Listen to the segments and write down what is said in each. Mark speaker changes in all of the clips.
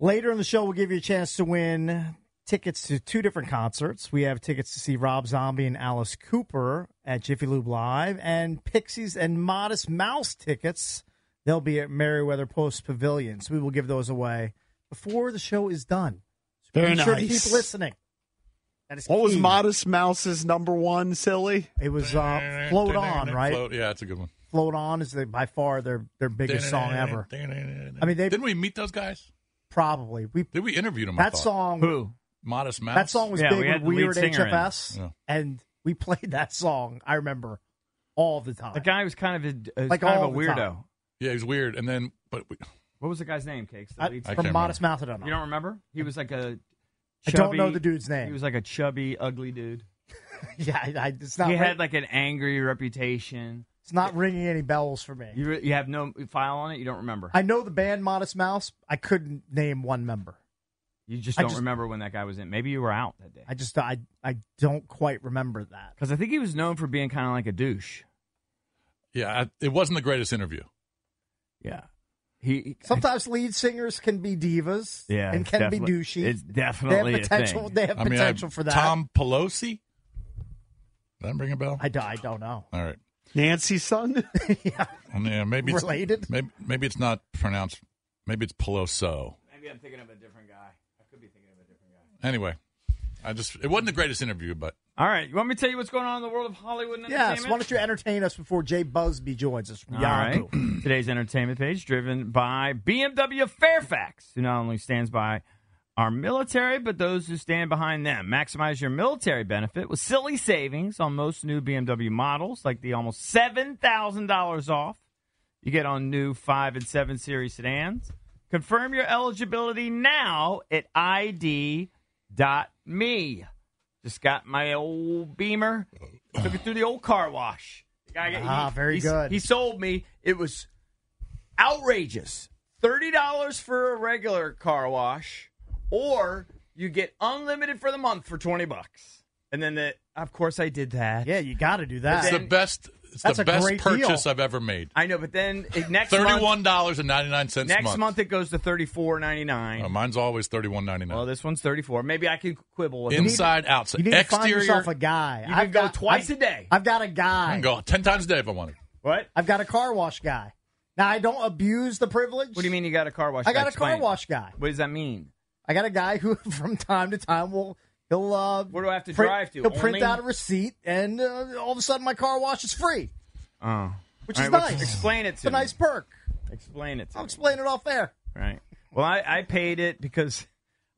Speaker 1: Later in the show, we'll give you a chance to win tickets to two different concerts. We have tickets to see Rob Zombie and Alice Cooper at Jiffy Lube Live, and Pixies and Modest Mouse tickets. They'll be at Merriweather Post Pavilion. So we will give those away before the show is done. So
Speaker 2: Very
Speaker 1: make sure to
Speaker 2: nice.
Speaker 1: keep listening. That is
Speaker 2: What was
Speaker 1: key.
Speaker 2: Modest Mouse's number one silly?
Speaker 1: It was uh, Float On, right? Float,
Speaker 3: Float- yeah, that's a good one.
Speaker 1: On is the, by far their their biggest song ever. I mean, they-
Speaker 3: didn't we meet those guys?
Speaker 1: Probably we
Speaker 3: Did we interview them? I
Speaker 1: that
Speaker 3: thought?
Speaker 1: song
Speaker 3: Modest Mouse.
Speaker 1: That song was
Speaker 4: Yeah,
Speaker 1: big
Speaker 4: we had
Speaker 1: when we
Speaker 4: the
Speaker 1: were at
Speaker 4: lead singer in it.
Speaker 1: HFS,
Speaker 3: Yeah.
Speaker 1: and we played that song. I remember all the time.
Speaker 4: The guy was kind of a, uh,
Speaker 1: Like
Speaker 4: kind
Speaker 1: all
Speaker 4: of
Speaker 1: the
Speaker 4: a weirdo.
Speaker 1: time.
Speaker 3: Yeah, it was weird. And then, but we,
Speaker 4: What was the guy's name, Cakes? The
Speaker 1: I-
Speaker 4: lead
Speaker 3: I
Speaker 4: singer?
Speaker 1: from
Speaker 3: can't
Speaker 1: Modest Mouth, I don't know.
Speaker 4: you don't remember? He was like a.
Speaker 1: I
Speaker 4: Chubby,
Speaker 1: don't know the dude's name.
Speaker 4: He was like a chubby, ugly dude.
Speaker 1: yeah, I, I, it's not.
Speaker 4: he
Speaker 1: ring-
Speaker 4: had like an angry reputation.
Speaker 1: it's not ringing any bells for me.
Speaker 4: You re- you have no file on it. You don't remember.
Speaker 1: I know the band Modest Mouse. I couldn't name one member.
Speaker 4: you just
Speaker 1: I
Speaker 4: don't
Speaker 1: just-
Speaker 4: remember when that guy was in. Maybe you were out that day.
Speaker 1: I just I I don't quite remember that.
Speaker 4: Because I think he was known for being kind of like a douche.
Speaker 3: yeah, I, it wasn't the greatest interview.
Speaker 4: Yeah. He.
Speaker 1: Sometimes lead singers can be divas,
Speaker 4: Yeah,
Speaker 1: and
Speaker 4: it's
Speaker 1: can be
Speaker 4: definitely-
Speaker 1: douchey.
Speaker 4: it's
Speaker 1: they
Speaker 4: definitely a
Speaker 1: have potential.
Speaker 4: thing.
Speaker 1: They have
Speaker 3: I mean, I-
Speaker 1: potential for that.
Speaker 3: Tom Pelosi. Did that ring a bell?
Speaker 1: I, d- I don't know.
Speaker 3: All right.
Speaker 2: Nancy's son?
Speaker 1: yeah,
Speaker 3: And, yeah, maybe it's,
Speaker 1: related.
Speaker 3: Maybe, maybe it's not pronounced. Maybe it's Peloso.
Speaker 4: Maybe I'm thinking of a different guy. I could be thinking of a different guy.
Speaker 3: Anyway, I just it wasn't the greatest interview, but
Speaker 4: All right. You want me to tell you what's going on in the world of Hollywood and
Speaker 1: Yes,
Speaker 4: entertainment?
Speaker 1: why don't you entertain us before Jay Busby joins us from
Speaker 4: All
Speaker 1: Yahoo?
Speaker 4: right. Today's entertainment page driven by BMW Fairfax, who not only stands by our military, but those who stand behind them. Maximize your military benefit with silly savings on most new BMW models, like the almost $7,000 off you get on new 5 and 7 series sedans. Confirm your eligibility now at ID.me. Just got my old Beamer. Took it through the old car wash. The guy-
Speaker 1: Ah, very
Speaker 4: he-
Speaker 1: good.
Speaker 4: He sold me. It was outrageous. Thirty dollars for a regular car wash, or you get unlimited for the month for twenty bucks. And then, the, of course, I did that.
Speaker 1: Yeah, you got to do
Speaker 3: it's
Speaker 1: that.
Speaker 3: the best. It's
Speaker 1: That's a
Speaker 3: the best
Speaker 1: great deal.
Speaker 3: purchase I've ever made.
Speaker 4: I know, but then it, next month,
Speaker 3: Thirty-one dollars and ninety-nine cents.
Speaker 4: next month. it goes to thirty four ninety
Speaker 3: Oh,
Speaker 4: nine.
Speaker 3: mine's always thirty-one ninety-nine.
Speaker 4: Well, this one's thirty four. Maybe I can quibble with it.
Speaker 3: Inside, outside,
Speaker 1: You need to find
Speaker 3: exterior.
Speaker 1: yourself a guy.
Speaker 4: You can go twice
Speaker 1: I've-
Speaker 4: a day.
Speaker 1: I've got a
Speaker 3: I
Speaker 1: guy.
Speaker 3: can go ten times a day if I wanted.
Speaker 4: What?
Speaker 1: I've got a car wash guy. Now I don't abuse the privilege.
Speaker 4: What do you mean you got a car wash?
Speaker 1: I got a
Speaker 4: Explain.
Speaker 1: car wash guy.
Speaker 4: What does that mean?
Speaker 1: I got a guy who, from time to time, will he'll. Uh,
Speaker 4: Where do I have to
Speaker 1: print,
Speaker 4: drive to?
Speaker 1: He'll print
Speaker 4: Only-
Speaker 1: out a receipt, and uh, all of a sudden my car wash is free,
Speaker 4: Oh,
Speaker 1: which
Speaker 4: All
Speaker 1: is
Speaker 4: right, well,
Speaker 1: nice.
Speaker 4: Explain it
Speaker 1: It's
Speaker 4: to
Speaker 1: a
Speaker 4: me.
Speaker 1: nice perk.
Speaker 4: Explain it. To
Speaker 1: I'll
Speaker 4: me.
Speaker 1: explain it off air.
Speaker 4: Right. Well, I, I paid it because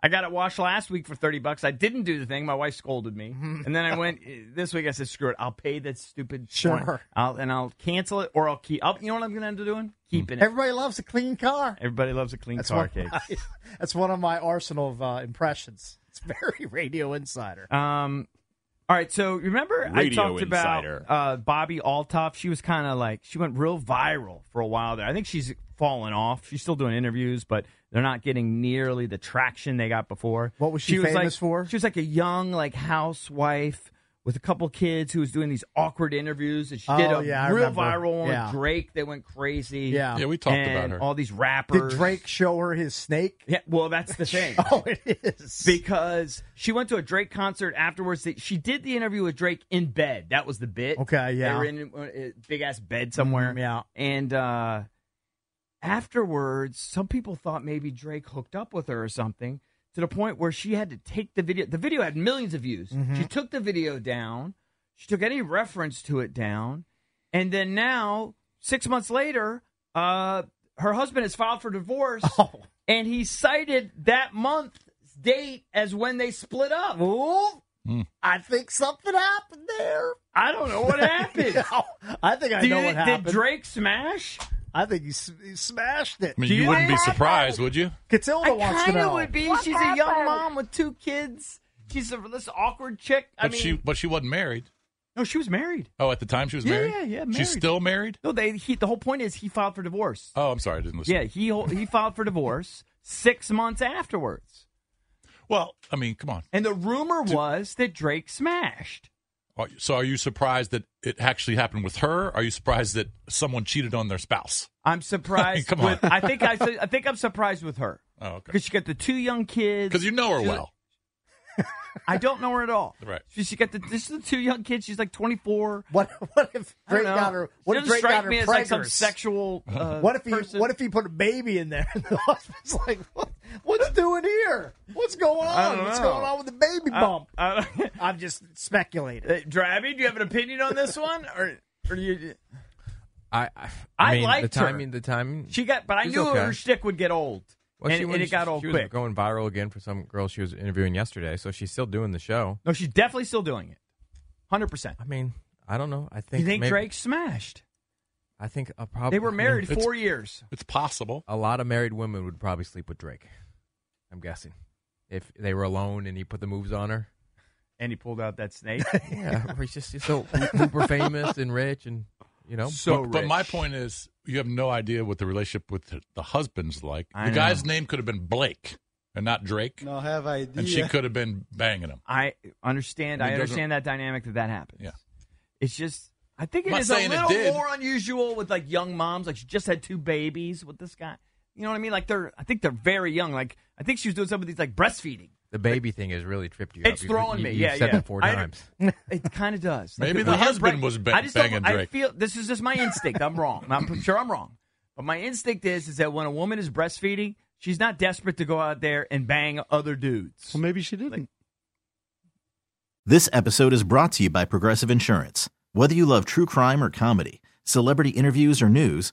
Speaker 4: I got it washed last week for thirty bucks. I didn't do the thing. My wife scolded me,
Speaker 1: Mm-hmm.
Speaker 4: and then I went eh, this week. I said, "Screw it! I'll pay that stupid
Speaker 1: Sure.
Speaker 4: one. I'll, and I'll cancel it, or I'll keep. I'll, you know what I'm going to end up doing? Keeping it.
Speaker 1: Everybody loves a clean car.
Speaker 4: Everybody loves a clean
Speaker 1: That's
Speaker 4: car
Speaker 1: one,
Speaker 4: cake.
Speaker 1: that's one of my arsenal of uh, impressions. It's very Radio Insider.
Speaker 4: Um, all right. So remember,
Speaker 2: Radio
Speaker 4: I talked
Speaker 2: Insider.
Speaker 4: about uh, Bobby Altoff. She was kind of like she went real viral for a while there. I think she's fallen off. She's still doing interviews, but they're not getting nearly the traction they got before.
Speaker 1: What was she
Speaker 4: like,
Speaker 1: famous for?
Speaker 4: She was like a young like housewife. With a couple kids who was doing these awkward interviews, and she did
Speaker 1: Oh,
Speaker 4: a
Speaker 1: yeah, I
Speaker 4: real
Speaker 1: remember.
Speaker 4: viral one
Speaker 1: Yeah.
Speaker 4: with Drake that went crazy.
Speaker 1: Yeah.
Speaker 3: Yeah, we talked
Speaker 4: And
Speaker 3: about her.
Speaker 4: All these
Speaker 1: Did
Speaker 4: rappers.
Speaker 1: Drake show her his snake?
Speaker 4: Yeah, well, that's the thing.
Speaker 1: Oh, it is.
Speaker 4: because she went to a Drake concert afterwards. That she did the interview with Drake in bed. That was the bit.
Speaker 1: Okay, yeah.
Speaker 4: uh, they were in a big ass bed somewhere.
Speaker 1: Mm, yeah.
Speaker 4: and uh, afterwards, some people thought maybe Drake hooked up with her or something to the point where she had to take the video. The video had millions of views.
Speaker 1: Mm-hmm.
Speaker 4: She took the video down, she took any reference to it down. And then now, six months later, uh, her husband has filed for divorce.
Speaker 1: Oh,
Speaker 4: And he cited that month's date as when they split up.
Speaker 1: I think something happened there.
Speaker 4: I don't know what happened.
Speaker 1: I think I
Speaker 4: Do you
Speaker 1: know
Speaker 4: think-
Speaker 1: what
Speaker 4: did
Speaker 1: happened.
Speaker 4: Drake smash?
Speaker 1: I think he, s- he smashed it.
Speaker 3: I mean,
Speaker 4: Do
Speaker 3: you,
Speaker 4: you
Speaker 3: wouldn't be
Speaker 4: think-
Speaker 3: surprised, would you?
Speaker 1: Catilda wants to
Speaker 4: kinda
Speaker 1: know.
Speaker 4: would be.
Speaker 5: What
Speaker 4: She's a young
Speaker 5: happened?
Speaker 4: mom with two kids. She's a, this awkward chick. I
Speaker 3: But
Speaker 4: mean,
Speaker 3: she, but she wasn't married.
Speaker 4: no, she was married.
Speaker 3: Oh, at the time she was
Speaker 4: Yeah,
Speaker 3: married.
Speaker 4: yeah, yeah,
Speaker 3: She's
Speaker 4: married.
Speaker 3: still married.
Speaker 4: No, they. He, the whole point is he filed for divorce.
Speaker 3: Oh, I'm sorry, I didn't listen.
Speaker 4: Yeah, he he filed for divorce six months afterwards,
Speaker 3: Well, I mean, come on.
Speaker 4: and the rumor was that Drake smashed.
Speaker 3: Are- So, are you surprised that it actually happened with her? Are you surprised that someone cheated on their spouse?
Speaker 4: I'm surprised.
Speaker 3: Come on.
Speaker 4: With, I think I, I think I'm surprised with her
Speaker 3: Oh, okay.
Speaker 4: because she got the two young kids.
Speaker 3: Because you know her
Speaker 4: She's
Speaker 3: well.
Speaker 4: I don't know her at all.
Speaker 3: Right.
Speaker 4: She, she got the this is the two young kids. She's like 24.
Speaker 1: what, what if
Speaker 4: I don't
Speaker 1: Drake
Speaker 4: know.
Speaker 1: got her?
Speaker 4: She
Speaker 1: What if
Speaker 4: doesn't
Speaker 1: Drake
Speaker 4: strike
Speaker 1: got her
Speaker 4: me as like some
Speaker 1: preggers?
Speaker 4: sexual? Uh,
Speaker 1: What if he?
Speaker 4: person.
Speaker 1: What if he put a baby in there? And the husband's like, what, "What's doing here? What's going
Speaker 4: I
Speaker 1: on?
Speaker 4: don't
Speaker 1: What's
Speaker 4: know.
Speaker 1: going on with the baby bump?"
Speaker 4: Uh,
Speaker 1: I'm just speculating.
Speaker 4: Uh, Drabby, do you have an opinion on this one, or or do you?
Speaker 6: I I,
Speaker 4: I
Speaker 6: mean,
Speaker 4: liked
Speaker 6: the
Speaker 4: her.
Speaker 6: timing. The timing.
Speaker 4: She got, but I
Speaker 6: She's
Speaker 4: knew
Speaker 6: okay.
Speaker 4: her shtick would get old,
Speaker 6: Well,
Speaker 4: and,
Speaker 6: she,
Speaker 4: and
Speaker 6: when
Speaker 4: it got
Speaker 6: she-
Speaker 4: old
Speaker 6: she
Speaker 4: quick.
Speaker 6: was going viral again for some girl she was interviewing yesterday, so she's still doing the show.
Speaker 4: no, she's definitely still doing it, hundred percent.
Speaker 6: I mean, I don't know. I think
Speaker 4: You think
Speaker 6: maybe,
Speaker 4: Drake smashed?
Speaker 6: I think a prob-
Speaker 4: They were
Speaker 6: I mean,
Speaker 4: married
Speaker 6: it's-
Speaker 4: four years.
Speaker 3: It's possible.
Speaker 6: A lot of married women would probably sleep with Drake. I'm guessing if they were alone and he put the moves on her.
Speaker 4: And he pulled out that snake.
Speaker 6: Yeah, or he's just he's so super famous and rich and you know.
Speaker 4: so,
Speaker 3: but, but my
Speaker 4: rich.
Speaker 3: point is, you have no idea what the relationship with the, the husband's like.
Speaker 4: I
Speaker 3: the
Speaker 4: know.
Speaker 3: guy's name could have been Blake and not Drake,
Speaker 2: No, have idea.
Speaker 3: and she could have been banging him.
Speaker 4: I understand.
Speaker 6: I
Speaker 4: I,
Speaker 6: mean, doesn't-
Speaker 4: understand that dynamic that that happens.
Speaker 3: Yeah.
Speaker 4: it's just. I think
Speaker 3: I'm
Speaker 4: it
Speaker 3: not
Speaker 4: is a
Speaker 3: saying it
Speaker 4: little
Speaker 3: did.
Speaker 4: more unusual with like young moms. Like she just had two babies with this guy. You know what I mean? Like they're. I think they're very young. Like I think she was doing some of these like breastfeeding.
Speaker 6: The baby thing has really tripped you.
Speaker 4: It's
Speaker 6: up. You-
Speaker 4: throwing
Speaker 6: you-
Speaker 4: me.
Speaker 6: You've
Speaker 4: Yeah,
Speaker 6: said
Speaker 4: yeah.
Speaker 6: that four
Speaker 4: I-
Speaker 6: times.
Speaker 4: It kind of does.
Speaker 3: Maybe
Speaker 4: Like,
Speaker 3: the
Speaker 4: we have
Speaker 3: husband
Speaker 4: break-
Speaker 3: was ba-
Speaker 4: I just don't-
Speaker 3: banging
Speaker 4: I
Speaker 3: Drake.
Speaker 4: feel this is just my instinct. I'm wrong. I'm sure I'm wrong, but my instinct is is that when a woman is breastfeeding, she's not desperate to go out there and bang other dudes.
Speaker 2: Well, maybe she didn't.
Speaker 7: This episode is brought to you by Progressive Insurance. Whether you love true crime or comedy, celebrity interviews or news,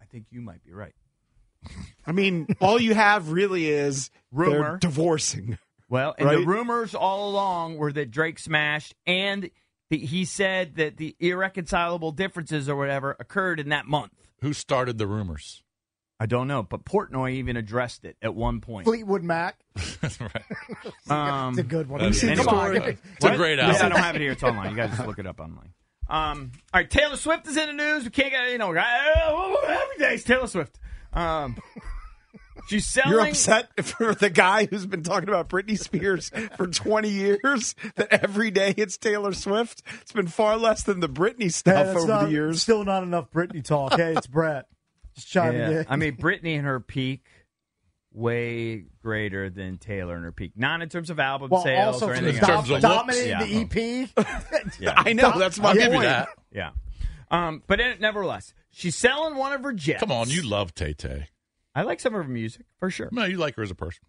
Speaker 4: I think you might be right.
Speaker 2: I mean, all you have really is they're
Speaker 4: Rumor.
Speaker 2: divorcing.
Speaker 4: Well, and the
Speaker 2: Right?
Speaker 4: rumors all along were that Drake smashed, and the, he said that the irreconcilable differences or whatever occurred in that month.
Speaker 3: Who started the rumors?
Speaker 4: I don't know, but Portnoy even addressed it at one point.
Speaker 1: Fleetwood Mac.
Speaker 3: right.
Speaker 4: Um,
Speaker 1: It's a good one.
Speaker 3: that
Speaker 1: You
Speaker 3: is
Speaker 1: see
Speaker 3: a
Speaker 1: the
Speaker 3: good
Speaker 1: story?
Speaker 3: one. It's a
Speaker 4: What?
Speaker 3: great
Speaker 4: Yeah, I
Speaker 3: album.
Speaker 4: don't have it here. It's online. You guys just look it up online. Um, all right, Taylor Swift is in the news. We can't get you know oh, every day's Taylor Swift. Um, she's selling.
Speaker 2: You're upset for the guy who's been talking about Britney Spears for 20 years that every day it's Taylor Swift. It's been far less than the Britney
Speaker 1: Yeah,
Speaker 2: stuff
Speaker 1: that's
Speaker 2: over
Speaker 1: not-
Speaker 2: the years.
Speaker 1: Still not enough Britney talk. Hey, it's Brett. Just chiming
Speaker 4: Yeah.
Speaker 1: in.
Speaker 4: I mean, Britney in her peak way greater than Taylor in her peak. Not in terms of album
Speaker 1: Well,
Speaker 4: sales
Speaker 1: also
Speaker 4: or
Speaker 1: from
Speaker 4: anything
Speaker 1: dom-
Speaker 4: else.
Speaker 1: dominating
Speaker 4: Yeah.
Speaker 1: the E EP.
Speaker 4: Yeah.
Speaker 2: I know, that's my
Speaker 4: I'll give you
Speaker 2: point.
Speaker 4: that. Yeah. Um, but in, nevertheless, she's selling one of her jets.
Speaker 3: Come on, you love Tay Tay.
Speaker 4: I like some of her music for sure.
Speaker 3: No, you like her as a person.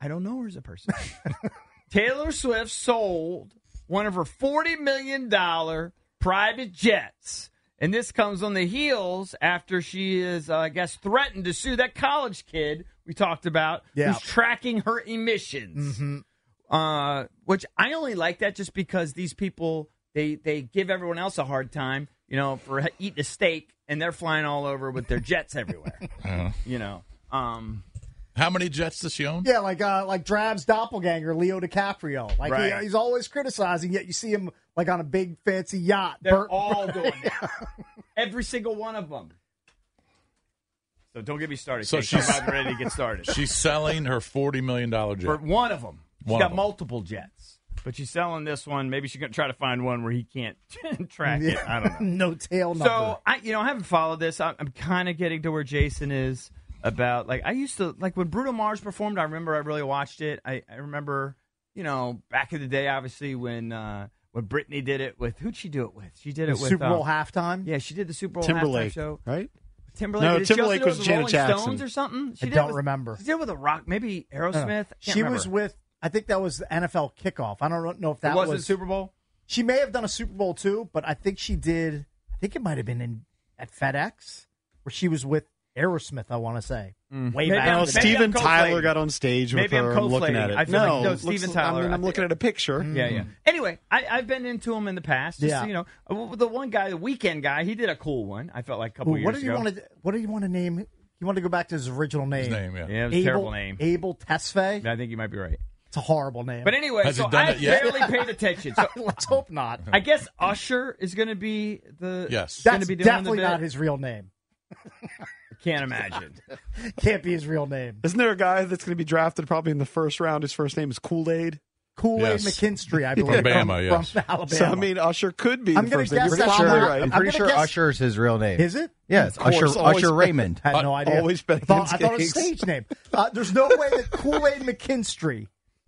Speaker 4: I don't know her as a person. Taylor Swift sold one of her $40 million private jets. And this comes on the heels after she is, uh, I guess, threatened to sue that college kid we talked about
Speaker 1: Yeah.
Speaker 4: who's tracking her emissions. Uh, which I only like that just because these people, they, they give everyone else a hard time, you know, for eating a steak and they're flying all over with their jets everywhere,
Speaker 3: Yeah.
Speaker 4: you know. Um,
Speaker 3: How many jets does she own?
Speaker 1: Yeah, like uh, like Drab's doppelganger, Leo DiCaprio. Like
Speaker 4: Right.
Speaker 1: he, he's always criticizing, yet you see him like on a big fancy yacht.
Speaker 4: They're
Speaker 1: Bert-
Speaker 4: all doing that. Every single one of them. So don't get me started.
Speaker 3: So
Speaker 4: So
Speaker 3: she's-
Speaker 4: she's about ready to get started.
Speaker 3: She's selling her forty million dollar
Speaker 4: For
Speaker 3: jet.
Speaker 4: one of them, she's
Speaker 3: One of
Speaker 4: got
Speaker 3: them.
Speaker 4: multiple jets, but she's selling this one. Maybe she's gonna try to find one where he can't track it. I don't know.
Speaker 1: no tail number.
Speaker 4: So I, you know, I haven't followed this. I'm, I'm kind of getting to where Jason is about. Like I used to like when Bruno Mars performed. I remember I really watched it. I, I remember, you know, back in the day, obviously when uh when Britney did it with who'd she do it with? She did it with
Speaker 1: Super Bowl
Speaker 4: um,
Speaker 1: halftime.
Speaker 4: Yeah, she did the Super Bowl
Speaker 2: Timberlake,
Speaker 4: halftime show.
Speaker 2: right?
Speaker 4: Timberlake.
Speaker 2: No,
Speaker 4: did she also
Speaker 2: Timberlake
Speaker 4: do it
Speaker 2: was
Speaker 4: with
Speaker 2: Janet
Speaker 4: Rolling
Speaker 2: Jackson.
Speaker 4: Stones or something. She
Speaker 1: I
Speaker 4: did
Speaker 1: don't
Speaker 4: it with-
Speaker 1: remember.
Speaker 4: She did it with a rock, maybe
Speaker 1: I don't know.
Speaker 4: Aerosmith. I
Speaker 1: She
Speaker 4: can't remember.
Speaker 1: was with. I think that was the NFL kickoff. I don't know if that
Speaker 4: it wasn't
Speaker 1: was
Speaker 4: Super Bowl.
Speaker 1: She may have done a Super Bowl too, but I think she did. I think it might have been in at FedEx where she was with Aerosmith. I want to say
Speaker 3: Mm.
Speaker 1: way
Speaker 4: Maybe
Speaker 1: back.
Speaker 4: I'm-
Speaker 1: in
Speaker 2: No,
Speaker 1: the day.
Speaker 4: maybe
Speaker 2: Steven
Speaker 4: I'm
Speaker 2: Tyler
Speaker 4: conflating.
Speaker 2: got on stage with
Speaker 4: Maybe I'm
Speaker 2: her. I'm, looking at
Speaker 4: conflating.
Speaker 2: it.
Speaker 4: I feel like- no,
Speaker 2: it
Speaker 4: Steven
Speaker 2: looks-
Speaker 4: Tyler,
Speaker 2: I mean,
Speaker 4: I
Speaker 2: I'm looking
Speaker 4: think.
Speaker 2: at a picture.
Speaker 4: Yeah, yeah. Anyway, I, I've been into him in the past. Just,
Speaker 1: Mm. Yeah.
Speaker 4: You know, Uh, the one guy, the weekend guy, he did a cool one. I felt like a couple
Speaker 1: Well,
Speaker 4: years
Speaker 1: what did you
Speaker 4: ago.
Speaker 1: want to? What do you want to name? You want to go back to his original name?
Speaker 3: His name, yeah.
Speaker 4: Yeah, it was a
Speaker 1: Abel,
Speaker 4: terrible name.
Speaker 1: Abel Tesfaye.
Speaker 4: I think you might be right.
Speaker 1: It's a horrible name.
Speaker 4: But anyway,
Speaker 3: Has
Speaker 4: so
Speaker 3: it done
Speaker 4: I
Speaker 3: it yet?
Speaker 4: barely paid attention. So
Speaker 1: Let's hope not.
Speaker 4: I guess Usher is going to be the.
Speaker 3: Yes.
Speaker 4: going
Speaker 1: That's
Speaker 4: to be doing
Speaker 1: definitely
Speaker 4: the bit.
Speaker 1: not his real name.
Speaker 4: Can't imagine.
Speaker 1: Can't be his real name.
Speaker 2: Isn't there a guy that's going to be drafted probably in the first round? His first name is Kool Aid.
Speaker 1: Kool Aid
Speaker 3: Yes.
Speaker 1: McKinstry, I believe,
Speaker 3: Bama,
Speaker 1: from,
Speaker 3: yes.
Speaker 1: from Alabama.
Speaker 2: So I mean, Usher could be.
Speaker 1: I'm
Speaker 2: the
Speaker 1: gonna
Speaker 2: first name.
Speaker 1: guess
Speaker 2: You're
Speaker 1: that's
Speaker 2: probably
Speaker 1: not-
Speaker 2: right.
Speaker 1: I'm
Speaker 5: I'm
Speaker 1: gonna
Speaker 5: pretty sure
Speaker 1: guess-
Speaker 5: Usher's his real name.
Speaker 1: is it?
Speaker 5: Yes,
Speaker 2: Of course,
Speaker 5: Usher
Speaker 2: always
Speaker 5: Usher
Speaker 2: been-
Speaker 5: Raymond.
Speaker 1: I had no
Speaker 3: I-
Speaker 1: idea.
Speaker 2: always bet
Speaker 1: thought, I
Speaker 2: against
Speaker 1: thought it was
Speaker 2: gigs.
Speaker 1: stage name. Uh, there's no way that Kool Aid McKinstry.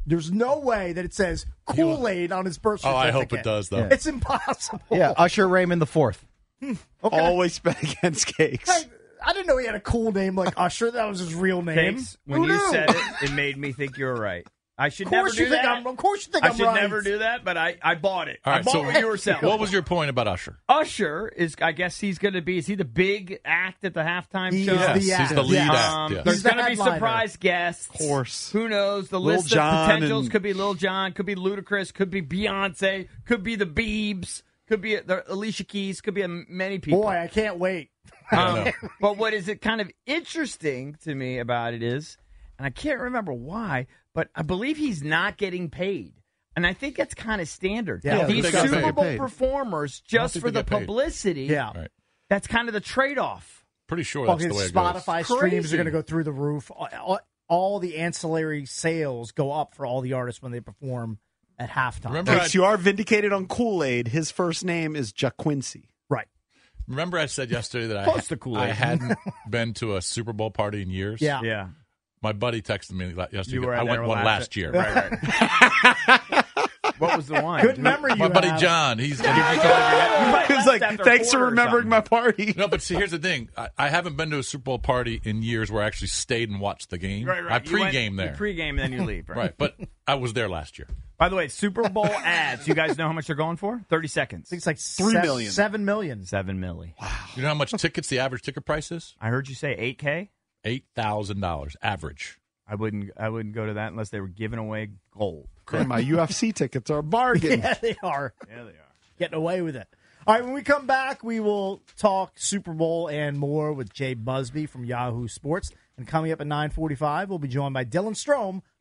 Speaker 1: There's no way that it says Kool Aid on his birth
Speaker 3: Oh,
Speaker 1: certificate.
Speaker 3: I hope it does though.
Speaker 1: It's impossible.
Speaker 5: Yeah, Usher Raymond the fourth.
Speaker 2: Always bet against cakes.
Speaker 1: Hey, I didn't know he had a cool name like Usher. That was his real name.
Speaker 4: Thanks. When
Speaker 1: Who
Speaker 4: you
Speaker 1: knew?
Speaker 4: said it, it made me think you were right. I should
Speaker 1: of
Speaker 4: never
Speaker 1: course
Speaker 4: do
Speaker 1: you think
Speaker 4: that.
Speaker 1: I'm. Of course you think
Speaker 4: I
Speaker 1: am
Speaker 4: should
Speaker 1: right.
Speaker 4: never do that, but I, I bought it.
Speaker 3: All
Speaker 4: I
Speaker 3: right.
Speaker 4: bought
Speaker 3: So
Speaker 4: what you were selling.
Speaker 3: what was your point about Usher?
Speaker 4: Usher is, I guess he's going to be. Is he the big act at the halftime
Speaker 1: He
Speaker 4: show?
Speaker 1: is
Speaker 3: Yes,
Speaker 1: the
Speaker 3: he's
Speaker 1: act.
Speaker 3: the lead
Speaker 1: Yes.
Speaker 3: act,
Speaker 4: Um,
Speaker 3: yes.
Speaker 4: There's
Speaker 1: He's the
Speaker 4: going to be
Speaker 1: headliner.
Speaker 4: surprise guests. Of
Speaker 2: course.
Speaker 4: Who knows? The
Speaker 2: Lil
Speaker 4: list
Speaker 2: Jon
Speaker 4: of potentials
Speaker 2: and-
Speaker 4: could be Lil John, could be Ludacris, could be Beyonce, could be the Biebs, could be uh, the Alicia Keys, could be a, many people.
Speaker 1: Boy, I can't wait.
Speaker 3: I don't know.
Speaker 4: Um, but what is it kind of interesting to me about it is, and I can't remember why, but I believe he's not getting paid. And I think that's kind of standard.
Speaker 1: Yeah, I don't
Speaker 4: These
Speaker 3: think they got
Speaker 4: Super
Speaker 3: paid.
Speaker 4: Bowl
Speaker 3: Paid.
Speaker 4: performers,
Speaker 3: don't
Speaker 4: just
Speaker 3: think
Speaker 4: for
Speaker 3: they
Speaker 4: the
Speaker 3: got paid.
Speaker 4: publicity,
Speaker 1: Yeah.
Speaker 3: Right.
Speaker 4: that's kind of the trade off.
Speaker 3: Pretty sure
Speaker 1: Well,
Speaker 3: that's the way
Speaker 1: his
Speaker 3: it goes.
Speaker 1: Spotify
Speaker 4: It's
Speaker 1: streams are
Speaker 4: crazy.
Speaker 1: going to go through the roof. All- All, all the ancillary sales go up for all the artists when they perform at halftime.
Speaker 3: Remember-
Speaker 2: Right. You are vindicated on Kool Aid. His first name is Jaquincy.
Speaker 1: Right.
Speaker 3: Remember, I said yesterday that
Speaker 4: Close
Speaker 3: I,
Speaker 4: to Kool-Aid.
Speaker 3: I hadn't been to a Super Bowl party in years.
Speaker 1: Yeah.
Speaker 4: Yeah.
Speaker 3: My buddy texted me la- yesterday.
Speaker 4: You were
Speaker 3: I
Speaker 4: at
Speaker 3: went
Speaker 4: their
Speaker 3: one last
Speaker 4: last-
Speaker 3: year.
Speaker 4: What was the wine?
Speaker 1: Good memory.
Speaker 3: My
Speaker 1: you
Speaker 3: buddy
Speaker 1: have.
Speaker 3: John. He's
Speaker 2: He's like, thanks for remembering my party.
Speaker 3: no, but see, here's the thing. I, I haven't been to a Super Bowl party in years where I actually stayed and watched the game.
Speaker 4: Right, right.
Speaker 3: I
Speaker 4: You went-
Speaker 3: pregame there.
Speaker 4: You pregame and then you leave. Right?
Speaker 3: right, but I was there last year.
Speaker 4: By the way, Super Bowl ads. You guys know how much they're going for? Thirty seconds.
Speaker 1: I think it's like
Speaker 2: Three
Speaker 1: se-
Speaker 2: million.
Speaker 1: seven million.
Speaker 4: Seven milli.
Speaker 3: You know how much tickets the average ticket price is?
Speaker 4: I heard you say eight k.
Speaker 3: Eight thousand dollars average.
Speaker 4: I wouldn't. I wouldn't go to that unless they were giving away gold.
Speaker 2: And my UFC tickets are a bargain.
Speaker 1: Yeah, they are
Speaker 4: Yeah, they are.
Speaker 1: getting away with it. All right, when we come back, we will talk Super Bowl and more with Jay Busby from Yahoo Sports. And coming up at 9:45, we'll be joined by Dylan Strome